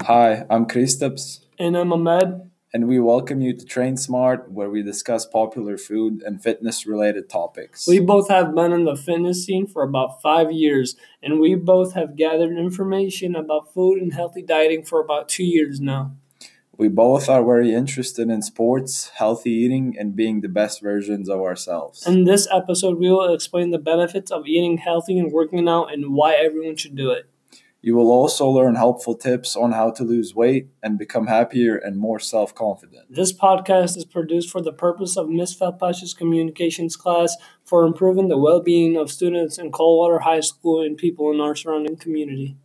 Hi, I'm Kristaps, And I'm Ahmed. and we welcome you to Train Smart, where we discuss popular food and fitness related topics. We both have been in the fitness scene for about five years, and we both have gathered information about food and healthy dieting for about two years now. We both are very interested in sports, healthy eating, and being the best versions of ourselves. In this episode, we will explain the benefits of eating healthy and working out and why everyone should do it. You will also learn helpful tips on how to lose weight and become happier and more self confident. This podcast is produced for the purpose of Ms. Felpash's communications class for improving the well being of students in Coldwater High School and people in our surrounding community.